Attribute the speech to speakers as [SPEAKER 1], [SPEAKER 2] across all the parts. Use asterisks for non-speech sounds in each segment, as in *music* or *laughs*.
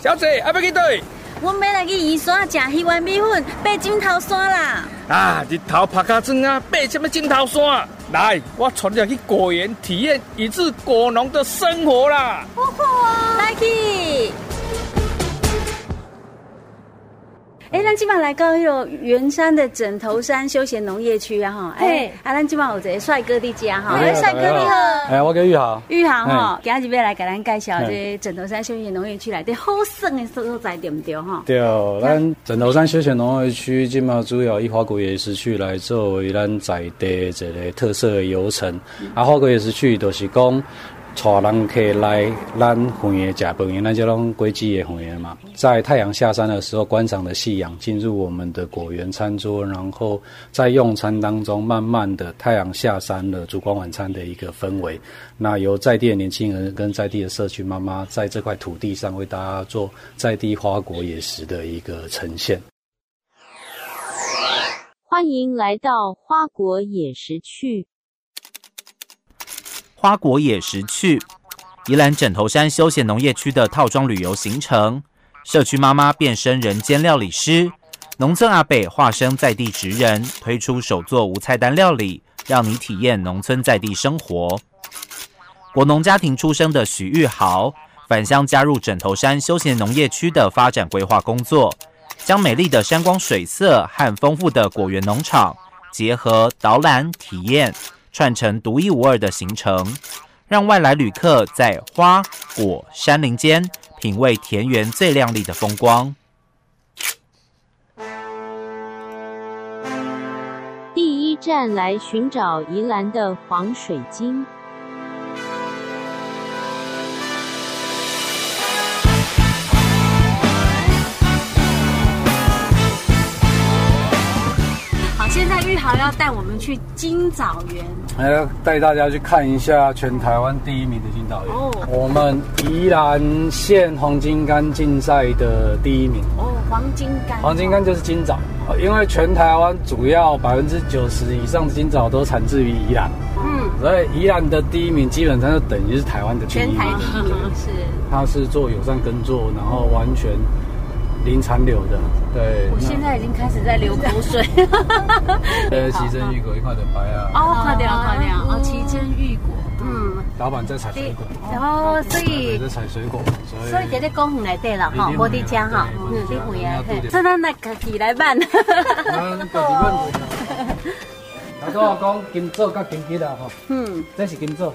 [SPEAKER 1] 小姐，阿要去倒位？
[SPEAKER 2] 阮要来去宜山食迄碗米粉，爬枕头山啦。
[SPEAKER 1] 啊，日头晒甲酸啊，爬什么枕头山啊？来，我带你去果园体验一日果农的生活啦！
[SPEAKER 2] 好好啊，来去。哎，咱即摆来到迄个圆山的枕头山休闲农业区啊，吼，哎
[SPEAKER 3] 嘿，
[SPEAKER 2] 啊，咱即摆有一个帅哥伫家吼，哎
[SPEAKER 4] 大家好
[SPEAKER 2] 帅哥你好，
[SPEAKER 4] 哎，我叫玉豪。
[SPEAKER 2] 玉航
[SPEAKER 4] 哎
[SPEAKER 2] 吼，今日要来给咱介绍这枕头山休闲农业区内底好耍的所在，对不对吼？
[SPEAKER 4] 对，咱枕头山休闲农业区今嘛主要以花果野食区来作为咱在地一个特色的游程。啊，花果野食区就是讲。带人客来咱园的食饭园，咱就拢规矩的园嘛。在太阳下山的时候，观赏的夕阳进入我们的果园餐桌，然后在用餐当中，慢慢的太阳下山了，烛光晚餐的一个氛围。那由在地的年轻人跟在地的社区妈妈，在这块土地上为大家做在地花果野食的一个呈现。
[SPEAKER 5] 欢迎来到花国野食趣。
[SPEAKER 6] 花果野食趣，宜兰枕头山休闲农业区的套装旅游行程，社区妈妈变身人间料理师，农村阿北化身在地职人，推出手作无菜单料理，让你体验农村在地生活。国农家庭出身的许玉豪，返乡加入枕头山休闲农业区的发展规划工作，将美丽的山光水色和丰富的果园农场结合导览体验，串成独一无二的行程，让外来旅客在花果山林间品味田园最亮丽的风光。
[SPEAKER 5] 第一站来寻找宜兰的黄水晶。
[SPEAKER 2] 好，现在玉豪要带我们去金枣园，
[SPEAKER 4] 还要带大家去看一下全台湾第一名的金导演，
[SPEAKER 2] 哦
[SPEAKER 4] 我们宜兰县黄金柑竞赛的第一名。
[SPEAKER 2] 哦，黄金柑，
[SPEAKER 4] 黄金柑就是金枣，呃因为全台湾主要百分之九十以上的金枣都产自于宜兰，
[SPEAKER 2] 嗯，
[SPEAKER 4] 所以宜兰的第一名基本上就等于是台湾的第一
[SPEAKER 2] 全
[SPEAKER 4] 名
[SPEAKER 2] 台。第一是。
[SPEAKER 4] 它是做友善耕作，然后完全零残留的。对，
[SPEAKER 2] 我
[SPEAKER 4] 那
[SPEAKER 2] 现在已经开始在流口水。
[SPEAKER 4] 呃，奇珍异果一块的白啊，
[SPEAKER 2] 哦，快点了，快点了！哦，奇珍异果，嗯，
[SPEAKER 4] 老板在采水果，
[SPEAKER 2] 哦，所
[SPEAKER 4] 老
[SPEAKER 2] 以
[SPEAKER 4] 板在采水果，
[SPEAKER 2] 所以在咧公园内底啦，吼，无伫遮吼，嗯，你回啊，嘿，所以咱来家己来 *laughs* 办。
[SPEAKER 4] 咱就是阮。
[SPEAKER 2] *laughs*
[SPEAKER 4] 他啊跟我讲金枣甲金桔啊，吼，
[SPEAKER 2] 嗯，
[SPEAKER 4] 这是金枣，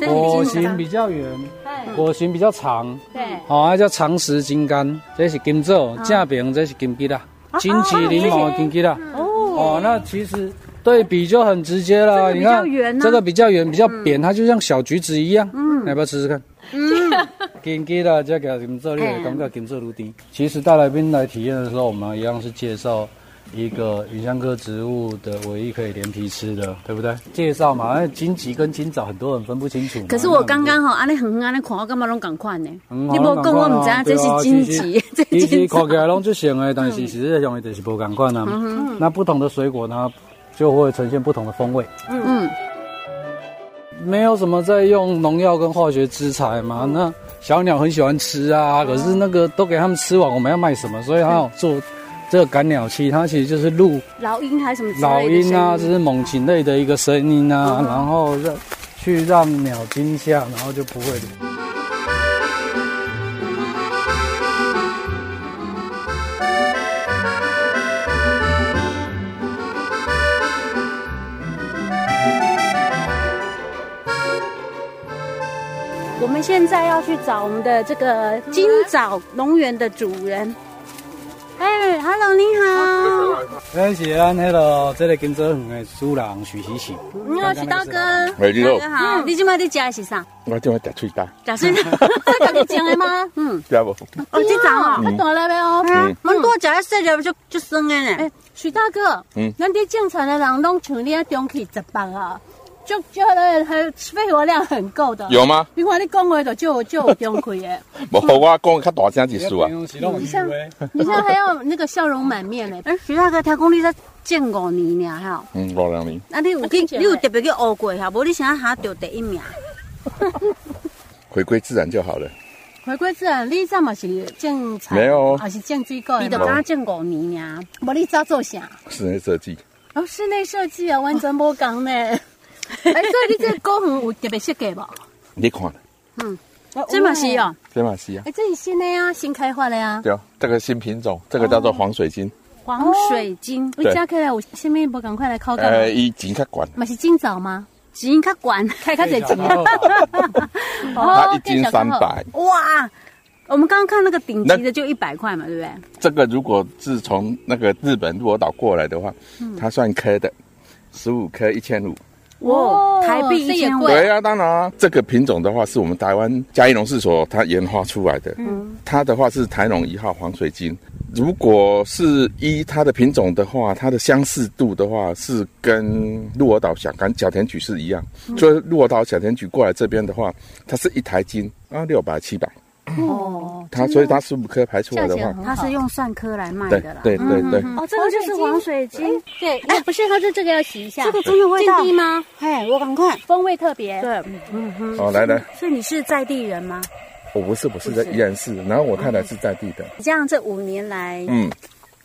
[SPEAKER 2] 这
[SPEAKER 4] 果
[SPEAKER 2] 哦是
[SPEAKER 4] 形
[SPEAKER 2] 金
[SPEAKER 4] 比较圆，
[SPEAKER 2] 对
[SPEAKER 4] 果形比较长，
[SPEAKER 2] 哎对，啊
[SPEAKER 4] 哦，那叫长石金柑，这是金枣，正平这是金桔啦，金棘鳞毛的金桔啦。哦，
[SPEAKER 2] 哦，
[SPEAKER 4] 那其实对比就很直接啦。
[SPEAKER 2] 这个比
[SPEAKER 4] 你
[SPEAKER 2] 较
[SPEAKER 4] 看
[SPEAKER 2] 圆啊
[SPEAKER 4] 这个比较圆，比较扁，它就像小橘子一样。嗯，要不要吃吃看？嗯，金桔啦，这个金色绿
[SPEAKER 2] 哎
[SPEAKER 4] 的，感觉金色如丁。其实带来宾来体验的时候，我们一样是介绍。一个芸香科植物的唯一可以连皮吃的，对不对？介绍嘛，那荆棘跟金枣很多人分不清楚嘛。
[SPEAKER 2] 可是我刚刚吼，安尼远远安尼看，我感觉拢共款呢。
[SPEAKER 4] 嗯
[SPEAKER 2] 你无讲，我毋知啊影这是荆棘， *laughs* 这
[SPEAKER 4] 啊其
[SPEAKER 2] 是嗯
[SPEAKER 4] 实
[SPEAKER 2] 荆
[SPEAKER 4] 看起
[SPEAKER 2] 棘。
[SPEAKER 4] 来拢就像的，但是实际上就是不同款啊。
[SPEAKER 2] 嗯
[SPEAKER 4] 那不同的水果呢，就会呈现不同的风味。
[SPEAKER 2] 嗯，
[SPEAKER 4] 没有什么在用农药跟化学制裁嘛。
[SPEAKER 2] 嗯
[SPEAKER 4] 那小鸟很喜欢吃啊，可是那个都给他们吃完，我们要卖什么？所以它有做这个赶鸟器，它其实就是录
[SPEAKER 2] 老鹰还是什么之类的
[SPEAKER 4] 老鹰啊，这
[SPEAKER 2] 声音嗯
[SPEAKER 4] 是猛禽类的一个声音啊，然后让去让鸟惊吓，然后就不会。
[SPEAKER 2] 我们现在要去找我们的这个金枣农园的主人。哎，Hello，你好，
[SPEAKER 4] 这是咱啊那个这个金泽园的主人许喜喜，
[SPEAKER 2] 你好，徐刀哥。
[SPEAKER 7] 喂，你好，
[SPEAKER 2] 好，嗯你今麦在吃的是啥？
[SPEAKER 7] 我今晚食喙焦，
[SPEAKER 2] 假水，这家己种的
[SPEAKER 3] *laughs*
[SPEAKER 2] 吗？嗯，
[SPEAKER 7] 知无？
[SPEAKER 2] *laughs* 哦，这长哦，
[SPEAKER 7] 嗯
[SPEAKER 2] 大了呗哦
[SPEAKER 7] 嗯
[SPEAKER 2] 蛮多食一细粒就就酸的呢。
[SPEAKER 3] 哎，许大哥，
[SPEAKER 7] 嗯
[SPEAKER 3] 咱这正常的人拢像你啊中气十八啊，足少的，还肺活量很够的。
[SPEAKER 7] *laughs* 有吗？
[SPEAKER 3] 你看你讲话就就就有中气 *laughs* 耶，
[SPEAKER 7] 无，我讲较大声一丝啊。
[SPEAKER 3] 你像你现在还要那个笑容满面呢。
[SPEAKER 2] 哎，徐大哥，听讲你才种五年尔哈，
[SPEAKER 7] 嗯，五两年，
[SPEAKER 2] 啊，你有去，你有特别去学过哈？无你啥下得第一名？
[SPEAKER 7] 回归自然就好了。
[SPEAKER 3] 回归自然，你这嘛是种菜，
[SPEAKER 7] 没有哦
[SPEAKER 3] 还是种水果的
[SPEAKER 2] 你
[SPEAKER 3] 嘛？
[SPEAKER 2] 都刚种五年呀，
[SPEAKER 3] 无你早做啥？
[SPEAKER 7] 室内设计，
[SPEAKER 3] 哦，室内设计啊，完全无讲呢。 *laughs* 哎，所以你这个公园有特别设计无？
[SPEAKER 7] 你看，
[SPEAKER 2] 这嘛是哦，
[SPEAKER 7] 这嘛是啊，
[SPEAKER 3] 哎，这是新的啊，新开发的啊。
[SPEAKER 7] 对哦，这个新品种，这个叫做黄水晶，
[SPEAKER 2] 黄水晶，
[SPEAKER 3] 我加起来有啥物无赶快来考考？
[SPEAKER 7] 呃，一级较管，
[SPEAKER 3] 嘛是今早吗？
[SPEAKER 2] 哎金较管， *laughs*
[SPEAKER 3] 开较侪钱啊！
[SPEAKER 7] 它一斤三百。
[SPEAKER 2] 哇！我们刚刚看那个顶级的就一百块嘛，对不对？
[SPEAKER 7] 这个如果是从那个日本鹿儿岛过来的话，它算颗的，十五颗一千五。
[SPEAKER 2] 哇，台币
[SPEAKER 3] 这
[SPEAKER 2] 一
[SPEAKER 3] 也
[SPEAKER 2] 千五
[SPEAKER 3] 贵，
[SPEAKER 7] 对啊，当然啊，这个品种的话是我们台湾嘉义农试所它研发出来的。嗯，它的话是台农一号黄水晶。如果是依它的品种的话，它的相似度的话是跟鹿儿岛小甘小田菊是一样，所以鹿儿岛小田菊过来这边的话，它是一台斤啊六百七百，
[SPEAKER 3] 哦，
[SPEAKER 7] 它所以它十五颗排出来
[SPEAKER 3] 价
[SPEAKER 7] 的
[SPEAKER 3] 钱
[SPEAKER 7] 话，
[SPEAKER 3] 很
[SPEAKER 2] 它
[SPEAKER 3] 好
[SPEAKER 2] 是。用蒜科来卖
[SPEAKER 7] 对
[SPEAKER 2] 的啦。
[SPEAKER 7] 对对对，
[SPEAKER 2] 哦，这个就是黄水啊晶，
[SPEAKER 3] 对，哎，不是，它是这个要洗一下
[SPEAKER 2] 这个真有味道。
[SPEAKER 3] 吗？
[SPEAKER 2] 哎，我赶快。
[SPEAKER 3] 风味特别。
[SPEAKER 2] 对，
[SPEAKER 7] 哦来来，
[SPEAKER 2] 所以你是在地人吗？
[SPEAKER 7] 我不是我是在宜兰市，然后我太太是在地的，
[SPEAKER 2] 你这样这五年来
[SPEAKER 7] 嗯，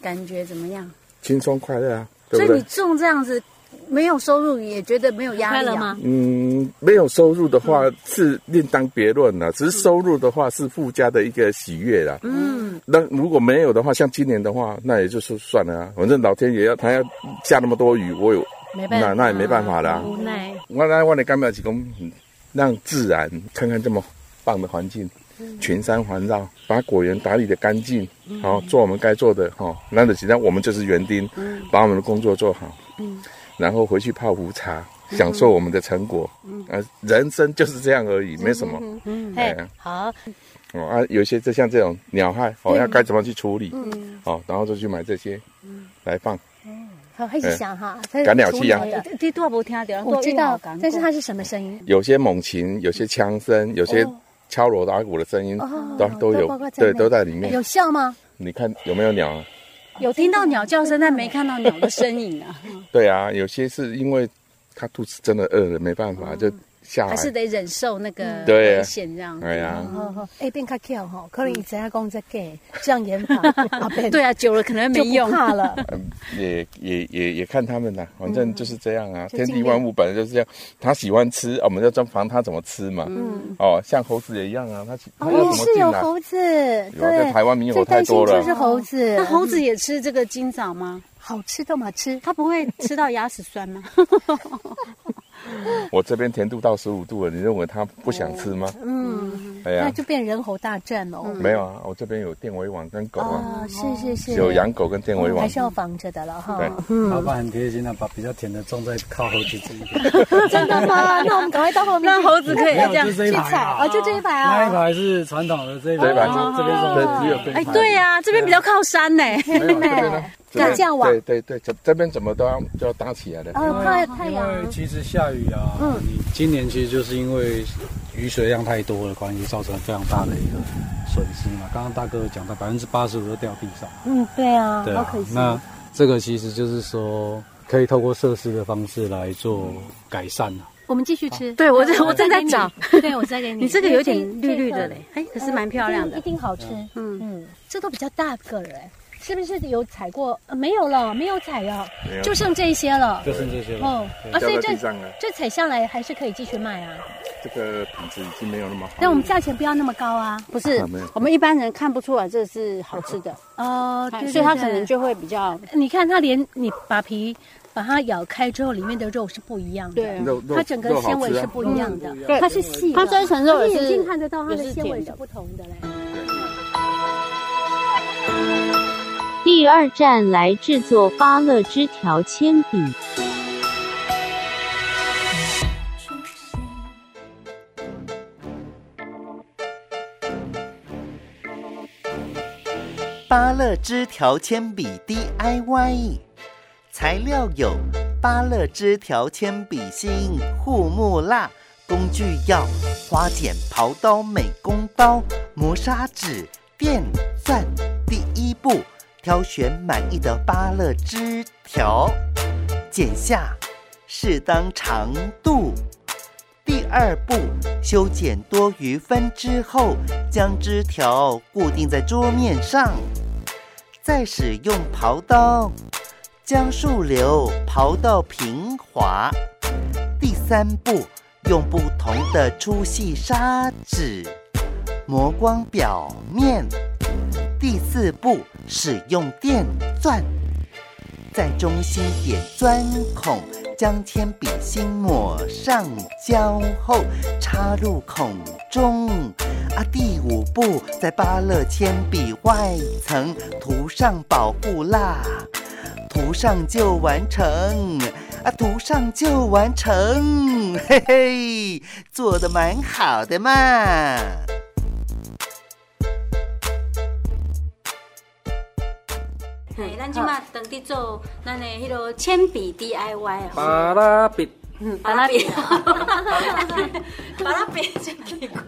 [SPEAKER 2] 感觉怎么样？
[SPEAKER 7] 轻松快乐啊，对
[SPEAKER 2] 所
[SPEAKER 7] 不
[SPEAKER 2] 以
[SPEAKER 7] 对
[SPEAKER 2] 你？种这样子没有收入，也觉得没有压
[SPEAKER 3] 快
[SPEAKER 2] 力
[SPEAKER 3] 乐
[SPEAKER 2] 啊？
[SPEAKER 3] 吗？
[SPEAKER 7] 嗯，没有收入的话是另当别论了，只是收入的话是附加的一个喜悦啦。嗯，那如果没有的话，像今年的话，那也就是算了啊，反正老天爷要他要下那么多雨，我有
[SPEAKER 3] 没办法，嗯
[SPEAKER 7] 那那也没办法啦。
[SPEAKER 3] 无奈。
[SPEAKER 7] 我来我来干不了几公，让自然看看这么棒的环境，群山环绕，把果园打理的干净，好、做我们该做的哈。那的其他我们就是园丁，把我们的工作做好，然后回去泡壶茶，享受我们的成果。啊，人生就是这样而已，没什么。
[SPEAKER 3] 哎
[SPEAKER 7] 哎，
[SPEAKER 3] 好，
[SPEAKER 7] 哦啊，有些就像这种鸟害，哦，要该怎么去处理？哦，然后就去买这些来放。
[SPEAKER 3] 好，开始想哈，它是
[SPEAKER 7] 哎赶鸟器啊
[SPEAKER 3] 雏鸟的
[SPEAKER 2] 你多没听啊到，
[SPEAKER 3] 我知道，但是
[SPEAKER 2] 他
[SPEAKER 3] 它是什么声音？
[SPEAKER 7] 有些猛禽，有些枪声，有些敲锣打鼓的声音，
[SPEAKER 3] 哦
[SPEAKER 7] 都都有
[SPEAKER 3] 都包括，在
[SPEAKER 7] 对，
[SPEAKER 3] 内哎
[SPEAKER 7] 都在里面。
[SPEAKER 3] 有效吗？
[SPEAKER 7] 你看有没有鸟啊？
[SPEAKER 2] 有听到鸟叫声，但没看到鸟的身影
[SPEAKER 7] *laughs*
[SPEAKER 2] 啊，
[SPEAKER 3] 哦
[SPEAKER 7] 对啊，有些是因为它肚子真的饿了，没办
[SPEAKER 3] 嗯
[SPEAKER 7] 法就下
[SPEAKER 2] 还
[SPEAKER 7] 来。
[SPEAKER 2] 是得忍受那个
[SPEAKER 7] 哎对
[SPEAKER 2] 危险这样。
[SPEAKER 7] 哎呀，
[SPEAKER 3] 哦，哎，变较巧哈，可能以前要讲这个这样研发， *laughs* 啊，变
[SPEAKER 2] 对啊，久了可能没
[SPEAKER 3] 就不
[SPEAKER 2] 用。
[SPEAKER 3] 怕 *laughs* 了。
[SPEAKER 7] 嗯也也也也看他们啦，反正就是这样啊。
[SPEAKER 3] 嗯就
[SPEAKER 7] 天
[SPEAKER 3] 尽
[SPEAKER 7] 地
[SPEAKER 3] 量
[SPEAKER 7] 万物本来就是这样，它喜欢吃，啊我们就专防它怎么吃嘛。
[SPEAKER 3] 嗯，
[SPEAKER 7] 哦，像猴子也一样啊，它喜它
[SPEAKER 3] 哦，
[SPEAKER 7] 要怎么
[SPEAKER 3] 是
[SPEAKER 7] 进
[SPEAKER 3] 有
[SPEAKER 7] 来？
[SPEAKER 3] 猴子，
[SPEAKER 7] 有啊在
[SPEAKER 3] 对，
[SPEAKER 7] 台湾猕猴
[SPEAKER 3] 最
[SPEAKER 7] 太
[SPEAKER 3] 担心
[SPEAKER 7] 多了啊
[SPEAKER 3] 就，是猴子
[SPEAKER 2] 那，猴子也吃这个金枣吗？
[SPEAKER 3] 好吃的嘛吃，
[SPEAKER 2] 它不会吃到牙齿酸吗？
[SPEAKER 7] 我这边甜度到十五度了，你认为它不想吃吗？
[SPEAKER 3] 嗯，那
[SPEAKER 7] 哎呀，
[SPEAKER 3] 就变人猴大战喽。
[SPEAKER 7] 没有啊，我这边有电围网跟狗啊，
[SPEAKER 3] 啊，是是是，哦
[SPEAKER 7] 有养狗跟电围网
[SPEAKER 3] 还。是要防着的了哈。 *laughs*
[SPEAKER 7] 对
[SPEAKER 4] 老板很贴心啊，把比较甜的种在靠后几近一点。
[SPEAKER 3] 真的吗？那我们赶快到后面
[SPEAKER 2] *laughs* 那
[SPEAKER 3] 去
[SPEAKER 2] 猴子可以
[SPEAKER 4] 没有
[SPEAKER 2] 这样
[SPEAKER 4] 就。这一排
[SPEAKER 3] 采
[SPEAKER 4] 啊
[SPEAKER 3] 哦，，就这一排
[SPEAKER 4] 那一
[SPEAKER 3] 啊。
[SPEAKER 4] 排是传统的这一排，
[SPEAKER 7] 这一排
[SPEAKER 4] 就这边是我们
[SPEAKER 7] 对，只有这
[SPEAKER 2] 哦哎
[SPEAKER 7] 一，排
[SPEAKER 2] 对啊呀、这边比较靠山呢、
[SPEAKER 7] 没有这边呢，这边
[SPEAKER 3] 那这样网
[SPEAKER 7] 对对对，这这边怎么都要就要搭起来的。
[SPEAKER 3] 呃，怕太
[SPEAKER 4] 因
[SPEAKER 2] 哎
[SPEAKER 3] 阳。
[SPEAKER 4] 为其实下雨啊，
[SPEAKER 2] 嗯
[SPEAKER 4] 你今年其实就是因为雨水量太多的关系，造成非常大的一个损失嘛。刚刚大哥有讲到，百分之八十五都掉地上，
[SPEAKER 3] 嗯，对啊
[SPEAKER 4] 对啊，那这个其实就是说，可以透过设施的方式来做改善啊。
[SPEAKER 3] 我们继续吃。
[SPEAKER 2] 哦对我
[SPEAKER 3] 再
[SPEAKER 2] 这我正在找，
[SPEAKER 3] *laughs* 对我再给你。
[SPEAKER 2] *laughs* 你这个有点绿绿
[SPEAKER 3] 这
[SPEAKER 2] 的
[SPEAKER 3] 个
[SPEAKER 2] 嘞，哎，可是蛮漂亮
[SPEAKER 3] 一
[SPEAKER 2] 的。
[SPEAKER 3] 定好吃。
[SPEAKER 2] 嗯
[SPEAKER 3] 嗯嗯，这都比较大个儿哎，是不是有采过？呃没有了，没有采哦
[SPEAKER 7] 没有，
[SPEAKER 3] 就剩这些了。
[SPEAKER 4] 就剩这些了。
[SPEAKER 3] 哦，啊，所以
[SPEAKER 7] 掉在
[SPEAKER 3] 这
[SPEAKER 7] 地上了
[SPEAKER 3] 这采下来还是可以继续卖啊，
[SPEAKER 7] 这个品质已经没有那么好。
[SPEAKER 3] 但我们价钱不要那么高啊。
[SPEAKER 2] 不是
[SPEAKER 7] 啊没有，
[SPEAKER 2] 我们一般人看不出来这是好吃的，
[SPEAKER 3] 哦，对
[SPEAKER 2] 哎所以它
[SPEAKER 3] 对
[SPEAKER 2] 可能
[SPEAKER 3] 对
[SPEAKER 2] 就会比较
[SPEAKER 3] 你看它连你把皮把它咬开之后，里面的肉是不一样的。
[SPEAKER 2] 对啊
[SPEAKER 7] 肉肉
[SPEAKER 3] 它整个
[SPEAKER 7] 肉好吃
[SPEAKER 3] 纤维
[SPEAKER 7] 啊
[SPEAKER 3] 是不一样的，
[SPEAKER 2] 对
[SPEAKER 3] 它是细的，
[SPEAKER 2] 它虽然成肉
[SPEAKER 3] 可
[SPEAKER 2] 也
[SPEAKER 3] 是
[SPEAKER 2] 是
[SPEAKER 3] 眼睛看得到它
[SPEAKER 2] 也
[SPEAKER 3] 的
[SPEAKER 2] 是
[SPEAKER 3] 纤维
[SPEAKER 2] 甜
[SPEAKER 3] 是
[SPEAKER 2] 的
[SPEAKER 3] 不同的嘞。
[SPEAKER 5] 第二站来制作芭乐枝条铅笔。
[SPEAKER 8] 芭乐枝条铅笔 DIY，材料有芭乐枝条铅笔芯、护木蜡、工具药、花剪、刨刀、美工刀、磨砂纸、电钻。第一步，挑选满意的芭乐枝条，剪下适当长度。第二步，修剪多余分支后，将枝条固定在桌面上，再使用刨刀将树瘤刨到平滑。第三步，用不同的粗细砂纸磨光表面。第四步，使用电钻在中心点钻孔，将铅笔芯抹上胶后插入孔中。啊，第五步，在芭乐铅笔外层涂上保护蜡，涂上就完成。啊，涂上就完成，嘿嘿，做的蛮好的嘛。
[SPEAKER 2] 嘿，咱即马
[SPEAKER 3] 啊
[SPEAKER 2] 当地做咱的迄落铅笔 DIY 哦，
[SPEAKER 1] 巴拉比
[SPEAKER 2] 把那笔，把那笔真奇怪。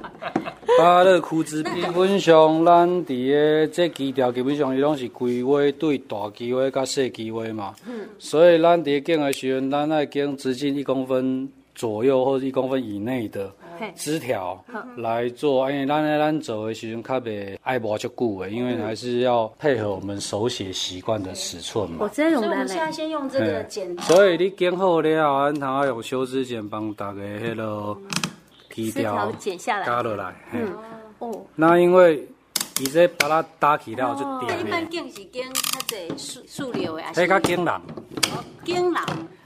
[SPEAKER 4] 巴勒枯枝基本上，咱伫个这基调基本上伊拢是规划对大基划甲细基划嘛。所以咱伫建的时阵，咱爱建直径一公分左右或者一公分以内的
[SPEAKER 2] 嘿
[SPEAKER 4] 枝条来做，因为咱咧咱做的时阵较袂爱磨足久的，因为还是要配合我们手写习惯的尺寸嘛。
[SPEAKER 2] 真容易。所以我们现在先用这个剪刀，
[SPEAKER 4] 所以你剪好了后，咱通用修枝剪帮大家迄落基
[SPEAKER 3] 枝条
[SPEAKER 4] 调
[SPEAKER 3] 剪下来
[SPEAKER 4] 加落来。嘿
[SPEAKER 3] 哦，
[SPEAKER 4] 那因为伊这把它搭起了就
[SPEAKER 2] 一
[SPEAKER 4] 点
[SPEAKER 2] 般
[SPEAKER 4] 的，
[SPEAKER 2] 剪是剪较侪树树瘤的，啊还
[SPEAKER 4] 迄
[SPEAKER 2] 是
[SPEAKER 4] 较惊人，
[SPEAKER 2] 剪人？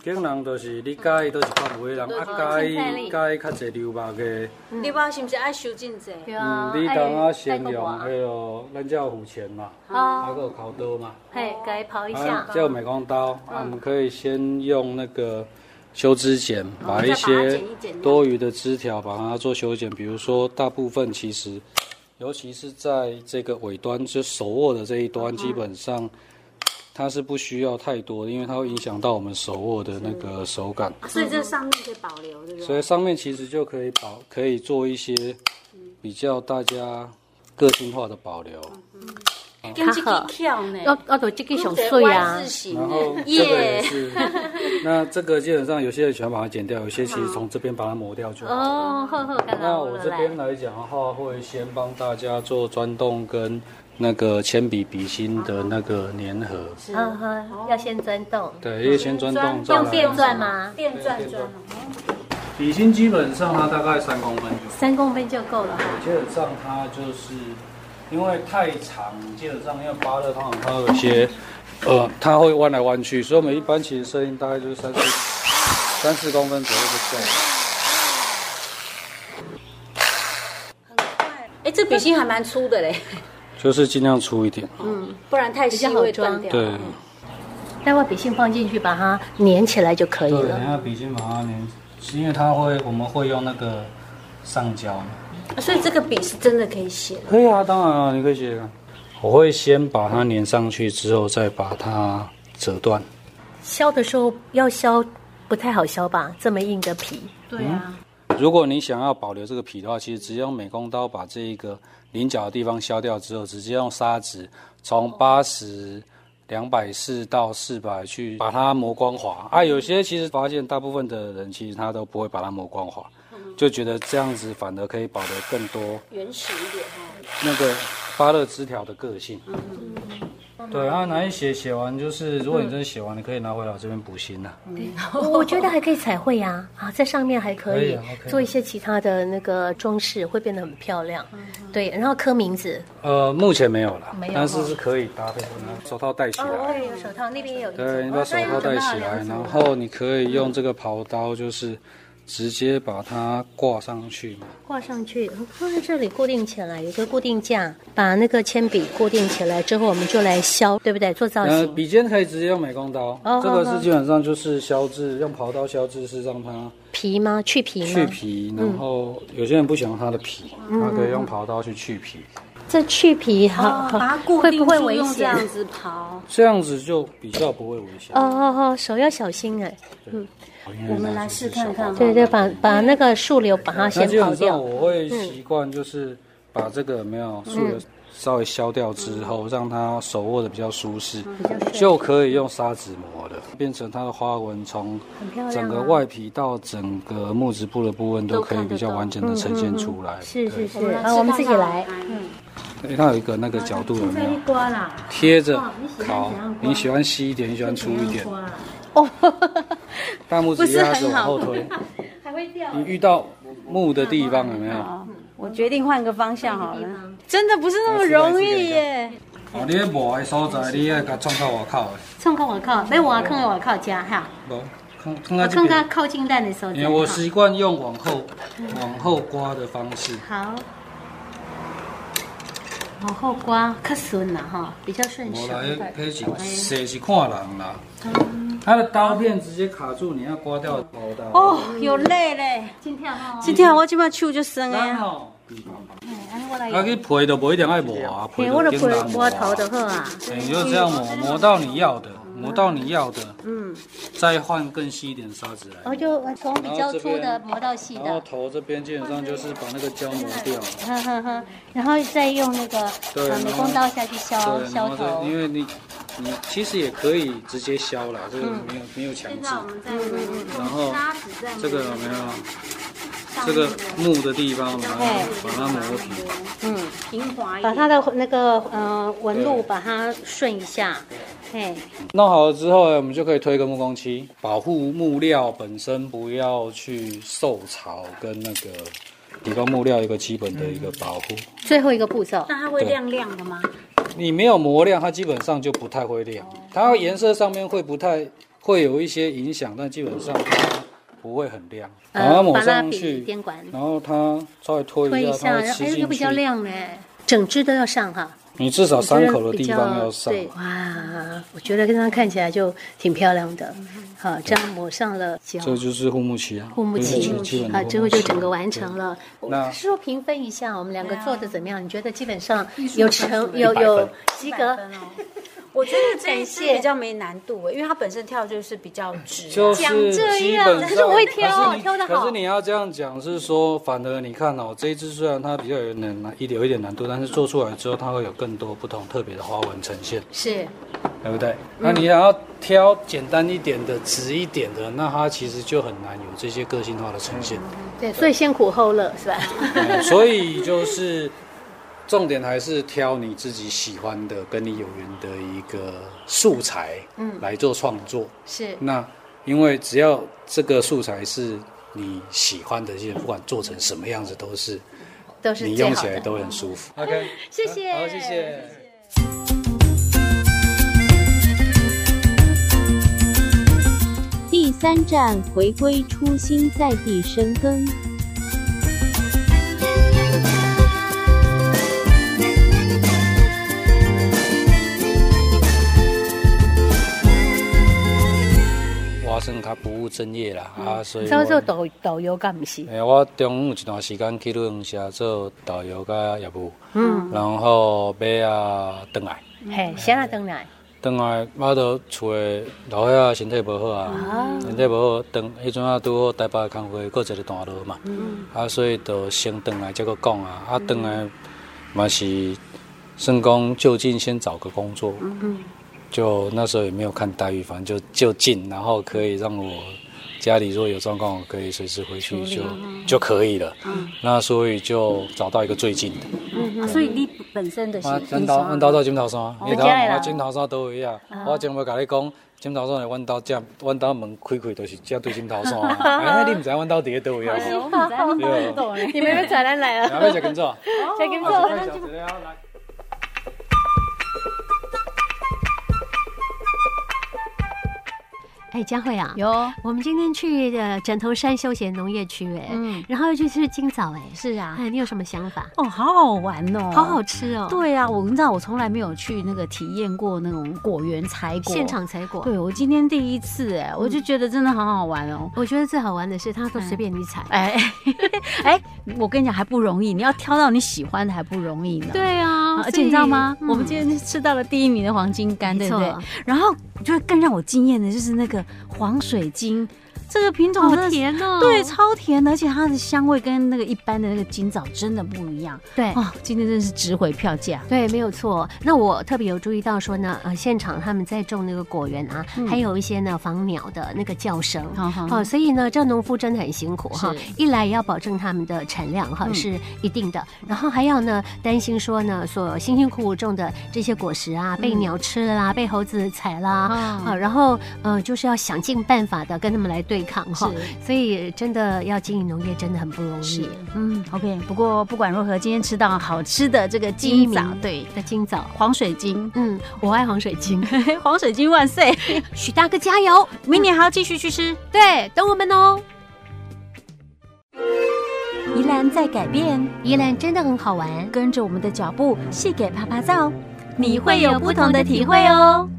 [SPEAKER 4] 惊人就是你介意都是较无的人，啊介意介意较侪流目的，
[SPEAKER 2] 你爸是不是爱修真济？
[SPEAKER 3] 对
[SPEAKER 4] 嗯
[SPEAKER 3] 啊，，
[SPEAKER 4] 你当啊先
[SPEAKER 3] 爱
[SPEAKER 4] 用
[SPEAKER 3] 爱国
[SPEAKER 4] 迄个咱叫虎钳嘛，
[SPEAKER 3] 啊，
[SPEAKER 4] 还有烤刀嘛，
[SPEAKER 3] 嘿，哎给刨一下
[SPEAKER 4] 啊，叫美工刀，啊我们可以先用那个修枝剪，哦把一些多余的枝条把它做修剪，比如说大部分其实，尤其是在这个尾端，就手握的这一端，基本上它是不需要太多的，因为它会影响到我们手握的那个手感，
[SPEAKER 2] 所以这上面可以保留，对不对？
[SPEAKER 4] 所以上面其实就可以保，可以做一些比较大家个性化的保留。
[SPEAKER 2] 跟这个跳呢，
[SPEAKER 3] 我我都这个上水啊
[SPEAKER 2] 字，形
[SPEAKER 4] 然
[SPEAKER 2] 呢
[SPEAKER 4] *laughs* 后，这个也是，那这个基本上有些人喜欢把它剪掉，有些其实从这边把它磨掉就好。
[SPEAKER 3] 哦，好好，刚
[SPEAKER 4] 那
[SPEAKER 3] 刚
[SPEAKER 4] 我这边来讲的话，会先帮大家做钻洞跟那个铅笔笔芯的那个粘合。
[SPEAKER 3] 嗯哼，要先钻洞，
[SPEAKER 4] 对，因为先钻洞再来
[SPEAKER 3] 用电钻？吗？
[SPEAKER 2] 电钻钻嘛，
[SPEAKER 4] 笔芯基本上它大概三公分就
[SPEAKER 3] 三公分就够了。
[SPEAKER 4] 基本上它就是因为太长，基本上因为芭乐通常它有一些呃，它会弯来弯去，所以我们一般其实设定大概就是三四三四公分左右就够了。
[SPEAKER 2] 哎，这笔芯还蛮粗的嘞，
[SPEAKER 4] 就是尽量粗一点。
[SPEAKER 2] 不然太细会断掉。
[SPEAKER 4] 对，
[SPEAKER 3] 待会笔芯放进去，把它粘起来就可以
[SPEAKER 4] 对，
[SPEAKER 3] 了
[SPEAKER 4] 等。下笔芯把它粘，是因为它会，我们会用那个上胶。
[SPEAKER 2] 所以这个笔是真的可以写的。
[SPEAKER 4] 可以啊，当然啊，你可以写啊。我会先把它粘上去，之后再把它折断。
[SPEAKER 3] 削的时候要削，不太好削吧？这么硬的 *laughs* 皮，
[SPEAKER 2] 对啊，
[SPEAKER 4] 如果你想要保留这个皮的话，其实直接用美工刀把这一个菱角的地方削掉之后，直接用砂纸从八十、两百四到四百去把它磨光滑。啊，有些其实发现大部分的人其实他都不会把它磨光滑，就觉得这样子反而可以保留更多
[SPEAKER 2] 原始一点哈。
[SPEAKER 4] 那个芭乐枝条的个性。对，啊，拿去写写完就是，如果你真的写完，你可以拿回来我这边补啊芯了。
[SPEAKER 3] 我我觉得还可以彩绘呀、啊，在上面还可
[SPEAKER 4] 可
[SPEAKER 3] 以
[SPEAKER 4] 以啊，OK
[SPEAKER 3] 做一些其他的那个装饰，会变得很漂亮。对，然后刻名字，
[SPEAKER 4] 呃，目前没有哦了，
[SPEAKER 3] 没有
[SPEAKER 4] 但是是可以搭配，拿手套戴起来。
[SPEAKER 3] 哦有手套那边也有一
[SPEAKER 4] 对，你
[SPEAKER 3] 种，
[SPEAKER 4] 把手套戴起来，然后你可以用这个刨刀，就是直接把它挂上去嘛。
[SPEAKER 3] 挂上去，哦放在这里固定起来，有一个固定架，把那个铅笔固定起来之后，我们就来削，对不对？做造
[SPEAKER 4] 呃，
[SPEAKER 3] 型。
[SPEAKER 4] 笔尖可以直接用美工刀，
[SPEAKER 3] 哦
[SPEAKER 4] 这个
[SPEAKER 3] 好好
[SPEAKER 4] 是基本上就是削制，用刨刀削制是让它
[SPEAKER 3] 皮吗？去皮吗？
[SPEAKER 4] 去皮，然后有些人不喜欢它的皮，它可以用刨刀去去皮，
[SPEAKER 3] 这去皮好，好
[SPEAKER 2] 把它固
[SPEAKER 3] 会
[SPEAKER 2] 定
[SPEAKER 3] 不会
[SPEAKER 2] 住
[SPEAKER 3] 危
[SPEAKER 2] 用这
[SPEAKER 3] 险？
[SPEAKER 2] 样子刨，
[SPEAKER 4] 这样子就比较不会危险
[SPEAKER 3] 哦。哦哦，手要小心哎。
[SPEAKER 4] 哦我们来试看看。
[SPEAKER 3] 对对，把把那个树瘤把它
[SPEAKER 4] 那
[SPEAKER 3] 先
[SPEAKER 4] 基本
[SPEAKER 3] 刨
[SPEAKER 4] 上
[SPEAKER 3] 掉。嗯
[SPEAKER 4] 我会习惯就是把这个有没有树的稍微削掉之后，让它手握的比较舒适，就可以用砂纸磨了，变成它的花纹从
[SPEAKER 3] 很漂亮啊
[SPEAKER 4] 整个外皮到整个木质部的部分都可以比较完整的呈现出来。
[SPEAKER 3] 是是是
[SPEAKER 2] 我，们
[SPEAKER 3] 啊，我们自己来，
[SPEAKER 4] 对，诶它有一个那个角度有没有？
[SPEAKER 3] 瓜啦，
[SPEAKER 4] 贴着
[SPEAKER 3] 哦你喜欢
[SPEAKER 4] 烤
[SPEAKER 3] 怎样，刮
[SPEAKER 4] 你喜欢细一点，你喜欢粗一点，
[SPEAKER 3] 瓜啦，
[SPEAKER 2] 哦 *laughs*
[SPEAKER 4] 大拇
[SPEAKER 2] 不
[SPEAKER 4] 指
[SPEAKER 2] 是
[SPEAKER 4] 压着
[SPEAKER 2] 很
[SPEAKER 4] 往
[SPEAKER 2] 好
[SPEAKER 4] 后推。
[SPEAKER 3] *laughs* 还会掉嗯
[SPEAKER 4] 你遇到木的地方有没有？
[SPEAKER 2] 哦，我决定换个方向好了，真的不是那么容易耶。
[SPEAKER 4] 哦，你咧磨的所在，你爱甲创到外口的，
[SPEAKER 3] 冲到我靠，没我要坑我靠家哈，
[SPEAKER 4] 无看看
[SPEAKER 3] 我
[SPEAKER 4] 到这
[SPEAKER 3] 坑它
[SPEAKER 4] 边。
[SPEAKER 3] 靠近蛋的时候
[SPEAKER 4] 因
[SPEAKER 3] 再
[SPEAKER 4] 为
[SPEAKER 3] 好。
[SPEAKER 4] 我习惯用往后往后刮的方式，
[SPEAKER 3] 好，往后刮较顺了哈，比较顺
[SPEAKER 4] 我
[SPEAKER 3] 手。哎
[SPEAKER 4] 来配是设是看人啦。
[SPEAKER 3] 嗯
[SPEAKER 4] 它的刀片直接卡住，你要刮掉头刀。
[SPEAKER 2] 哦，有累嘞，
[SPEAKER 3] 今天哈，
[SPEAKER 2] 今天我即摆手就酸
[SPEAKER 4] 咱
[SPEAKER 2] 啊。
[SPEAKER 4] 吼，
[SPEAKER 3] 哎我来
[SPEAKER 4] 啊，去皮都不一定爱磨啊，皮
[SPEAKER 3] 嘿我的
[SPEAKER 4] 就简单磨
[SPEAKER 3] 皮摸
[SPEAKER 4] 啊
[SPEAKER 3] 头的好嗯啊，
[SPEAKER 4] 你就这样磨，磨到你要的，磨到你要的，
[SPEAKER 2] 嗯，
[SPEAKER 4] 再换更细一点砂纸来。
[SPEAKER 3] 我哦就从比较粗的磨到细
[SPEAKER 4] 然后
[SPEAKER 3] 的，
[SPEAKER 4] 头这边基本上就是把那个胶磨掉，
[SPEAKER 3] 呵呵呵，然后再用那个
[SPEAKER 4] 对
[SPEAKER 3] 呃
[SPEAKER 4] 然后
[SPEAKER 3] 美工刀下去削
[SPEAKER 4] 对，然
[SPEAKER 3] 削
[SPEAKER 4] 后
[SPEAKER 3] 头
[SPEAKER 4] 再。因为你你其实也可以直接削啦，这个
[SPEAKER 3] 嗯
[SPEAKER 4] 没有没有强制。然后这个有没有？这个木的地方，然后把它磨平，
[SPEAKER 3] 把它的那个呃纹路把它顺一下，嘿，
[SPEAKER 4] 弄好了之后，我们就可以推一个木工漆，保护木料本身不要去受潮，跟那个提供木料一个基本的一个保护。
[SPEAKER 3] 最后一个步骤，
[SPEAKER 2] 那它会亮亮的吗？
[SPEAKER 4] 你没有磨亮，它基本上就不太会亮。它颜色上面会不太会有一些影响，但基本上它不会很亮。
[SPEAKER 3] 呃
[SPEAKER 4] 然后抹
[SPEAKER 3] 把蜡
[SPEAKER 4] 上
[SPEAKER 3] 笔
[SPEAKER 4] 去，
[SPEAKER 3] 边管
[SPEAKER 4] 然后它稍微拖
[SPEAKER 3] 推
[SPEAKER 4] 一
[SPEAKER 3] 一
[SPEAKER 4] 下，它
[SPEAKER 3] 下，然后
[SPEAKER 4] 会
[SPEAKER 3] 哎
[SPEAKER 4] 吃
[SPEAKER 3] 这个
[SPEAKER 4] 进
[SPEAKER 3] 比较
[SPEAKER 4] 去。
[SPEAKER 3] 亮哎，整只都要上哈。
[SPEAKER 4] 你至少
[SPEAKER 3] 我觉
[SPEAKER 4] 伤
[SPEAKER 3] 得
[SPEAKER 4] 口的
[SPEAKER 3] 比
[SPEAKER 4] 地
[SPEAKER 3] 较
[SPEAKER 4] 方要上。
[SPEAKER 3] 对，哇，我觉得跟它看起来就挺漂亮的。好，这样抹上了胶
[SPEAKER 4] 这就是护木漆啊，
[SPEAKER 3] 护木
[SPEAKER 4] 这
[SPEAKER 3] 漆
[SPEAKER 4] 就是基本的
[SPEAKER 3] 啊，
[SPEAKER 4] 护木
[SPEAKER 3] 最后就
[SPEAKER 4] 漆
[SPEAKER 3] 整个完成了。我
[SPEAKER 4] 那
[SPEAKER 3] 是说评分一下，我们两个做的怎么样？你觉得基本上有成有有及格？
[SPEAKER 2] 我觉得这一
[SPEAKER 3] 感
[SPEAKER 2] 次
[SPEAKER 3] 谢
[SPEAKER 2] 比较没难度耶，因为它本身跳就是比较直啊。
[SPEAKER 4] 就是基本上，
[SPEAKER 3] 可是我会挑啊
[SPEAKER 4] 可是你
[SPEAKER 3] 挑得好
[SPEAKER 4] 可是你要这样讲，是说反而你看哦，这一支虽然它比较有点难，一点有一点难度，但是做出来之后，它会有更多不同特别的花纹呈现。
[SPEAKER 3] 是
[SPEAKER 4] 对不
[SPEAKER 3] 嗯
[SPEAKER 4] 对？那你想要挑简单一点的、直一点的，那它其实就很难有这些个性化的呈现。
[SPEAKER 3] 对，所以先苦后乐是吧？ *laughs*
[SPEAKER 4] 嗯 *laughs* 所以就是重点还是挑你自己喜欢的、跟你有缘的一个素材，
[SPEAKER 3] 嗯
[SPEAKER 4] 来做创作。
[SPEAKER 3] 是
[SPEAKER 4] 那因为只要这个素材是你喜欢的，就不管做成什么样子，都是
[SPEAKER 3] 都是
[SPEAKER 4] 你
[SPEAKER 3] 最
[SPEAKER 4] 用
[SPEAKER 3] 好
[SPEAKER 4] 起来
[SPEAKER 3] 的。嗯
[SPEAKER 4] 都很舒服。OK，
[SPEAKER 3] 谢谢，
[SPEAKER 4] 好，谢谢。
[SPEAKER 5] 第三站回归初心，在地生根。
[SPEAKER 4] 我算较不务正业啦，啊，所以
[SPEAKER 3] 招
[SPEAKER 4] 我
[SPEAKER 3] 做导导游干不是？
[SPEAKER 4] 诶、我中午有一段时间去旅行社做导游甲业务，嗯，然后尾啊转来，
[SPEAKER 3] 嘿，先啊来等来
[SPEAKER 4] 转来我都厝诶老伙仔身体无好啊，身体无好，转迄阵啊拄好台北的工会过一个段落嘛，啊，所以就先转来再搁讲啊，啊，转来嘛是算讲就近先找个工作，就那时候也没有看待遇，反正就就近，然后可以让我家里如果有状况，我可以随时回去就就可以了。那所以就找到一个最近的。
[SPEAKER 2] 所以你本身的
[SPEAKER 4] 啊，咱头咱头到金头山，你头
[SPEAKER 3] 就这样啦
[SPEAKER 4] 我金头山都一样。我前要甲你讲，金头山的阮兜正，阮兜门开开就是正对金头山。哎，你毋知阮兜伫咧倒位啊？对啊。
[SPEAKER 3] 你们有没有转来来了？
[SPEAKER 4] 然后要食金枣，
[SPEAKER 3] 再跟做。哎，佳慧啊，
[SPEAKER 9] 有
[SPEAKER 3] 我们今天去的枕头山休闲农业区，哎，
[SPEAKER 9] 嗯
[SPEAKER 3] 然后又去吃金枣，哎，
[SPEAKER 9] 是啊，
[SPEAKER 3] 哎，你有什么想法？
[SPEAKER 9] 哦，好好玩哦，
[SPEAKER 3] 好好。吃哦，，
[SPEAKER 9] 对啊，我你知道我从来没有去那个体验过那种果园采果
[SPEAKER 3] 现。场采果。
[SPEAKER 9] 对，我今天第一次哎，我就觉得真的好好玩哦。
[SPEAKER 3] 我觉得最好玩的是，它都随便你采。
[SPEAKER 9] 哎哎，我跟你讲还不容易，你要挑到你喜欢的还不容易呢。。
[SPEAKER 3] 对啊
[SPEAKER 9] 而且你知道吗？
[SPEAKER 3] 所以
[SPEAKER 9] 我们今天吃到了第一名的黄金柑，
[SPEAKER 3] 没
[SPEAKER 9] 对
[SPEAKER 3] 错
[SPEAKER 9] 不对？然后就更让我惊艳的就是那个黄水晶，
[SPEAKER 2] 这个品种
[SPEAKER 3] 好
[SPEAKER 2] 真的是
[SPEAKER 3] 甜哦，
[SPEAKER 2] 对，超甜的，而且它的香味跟那个一般的那个金枣真的不一样。
[SPEAKER 3] 对
[SPEAKER 2] 哦，今天真是值回票价。
[SPEAKER 3] 对，没有错。那我特别有注意到说呢，呃，现场他们在种那个果园啊，
[SPEAKER 2] 嗯
[SPEAKER 3] 还有一些呢访鸟的那个叫声。
[SPEAKER 2] 好好
[SPEAKER 3] 哦，所以呢，这农夫真的很辛苦哈
[SPEAKER 2] 是，嗯
[SPEAKER 3] 一来也要保证他们的产量哈、是一定的，然后还要呢担心说呢，所辛辛苦苦种的这些果实啊，
[SPEAKER 2] 嗯
[SPEAKER 3] 被鸟吃了啦，被猴子踩啦，啊、
[SPEAKER 2] 啊，
[SPEAKER 3] 然后呃，就是要想尽办法的跟他们来对抗哈，
[SPEAKER 2] 是
[SPEAKER 3] 所以真的要经营农业真的很不容易
[SPEAKER 2] 是。嗯，OK。不过不管如何，今天吃到好吃的这个
[SPEAKER 3] 第一
[SPEAKER 2] 金枣，
[SPEAKER 3] 名
[SPEAKER 2] 对，
[SPEAKER 3] 的今早，
[SPEAKER 2] 黄水晶， *laughs*
[SPEAKER 3] 嗯，我爱黄水晶。
[SPEAKER 2] 黄水晶万岁！
[SPEAKER 3] 许大哥加油，
[SPEAKER 2] 明年还要继续去吃。
[SPEAKER 3] 嗯对，等我们哦。
[SPEAKER 2] 宜兰在改变，
[SPEAKER 3] 宜兰真的很好玩，
[SPEAKER 2] 跟着我们的脚步，细给啪啪造，
[SPEAKER 3] 你会有不同的体会哦。